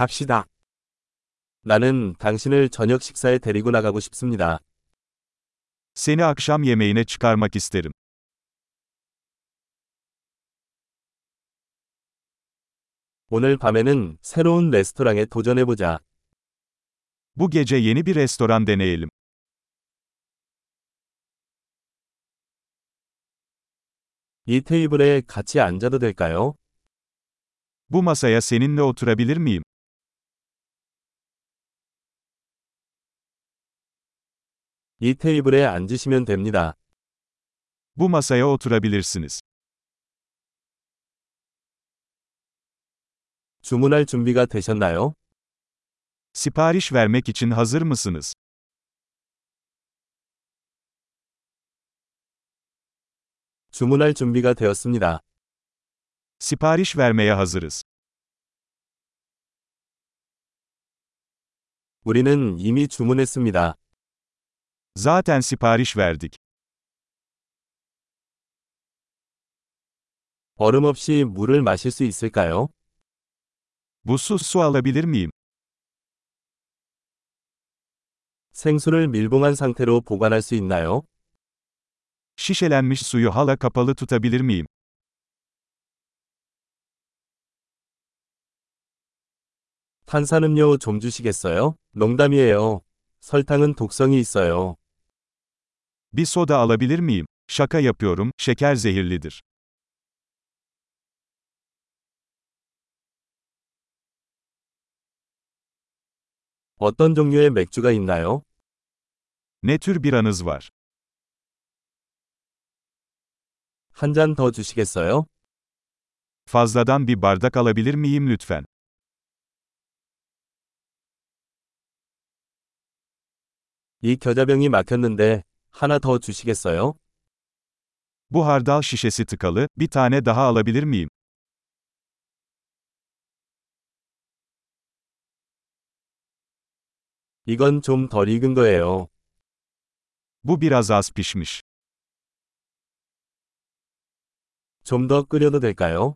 갑시다. 나는 당신을 저녁 식사에 데리고 나가고 싶습니다. Seni akşam yemeğine çıkarmak isterim. 오늘 밤에는 새로운 레스토랑에 도전해보자. Bu gece yeni bir restoran deneyelim. 이 테이블에 같이 앉아도 될까요? Bu masaya seninle oturabilir miyim? 이 테이블에 앉으시면 됩니다. Bu masaya oturabilirsiniz. 주문할 준비가 되셨나요? Sipariş vermek için hazır mısınız? 주문할 준비가 되었습니다. Sipariş vermeye hazırız. 우리는 이미 주문했습니다. Zaten sipariş verdik. 얼음 없이 물을 마실 수 있을까요? Buzsuz su alabilir miyim? 생수를 밀봉한 상태로 보관할 수 있나요? Şişelenmiş suyu hala kapalı tutabilir miyim? 탄산음료 좀 주시겠어요? 농담이에요. 설탕은 독성이 있어요. Bir soda alabilir miyim? Şaka yapıyorum, şeker zehirlidir. 어떤 종류의 맥주가 있나요? Ne tür bir anız var? 한 잔 더 주시겠어요? Fazladan bir bardak alabilir miyim lütfen? 이 겨자병이 막혔는데 하나 더 주시겠어요? Bu hardal şişesi tıkalı, bir tane daha alabilir miyim? 이건 좀 덜 익은 거예요. Bu biraz az pişmiş. 좀 더 끓여도 될까요?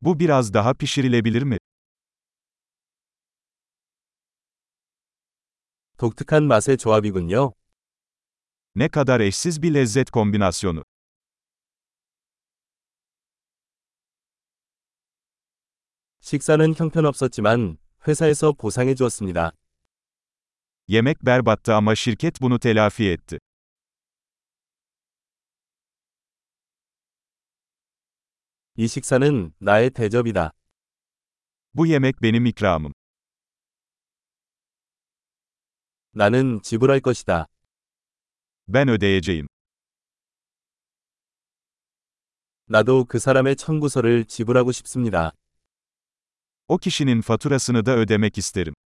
Bu biraz daha pişirilebilir mi? 독특한 맛의 조합이군요. Ne kadar eşsiz bir lezzet kombinasyonu. 식사는 형편없었지만 회사에서 보상해 주었습니다. Yemek berbattı ama şirket bunu telafi etti. 이 식사는 나의 대접이다. Bu yemek benim ikramım. 나는 지불할 것이다. Ben ödeyeceğim. 나도 그 사람의 청구서를 지불하고 싶습니다. O kişinin faturasını da ödemek isterim.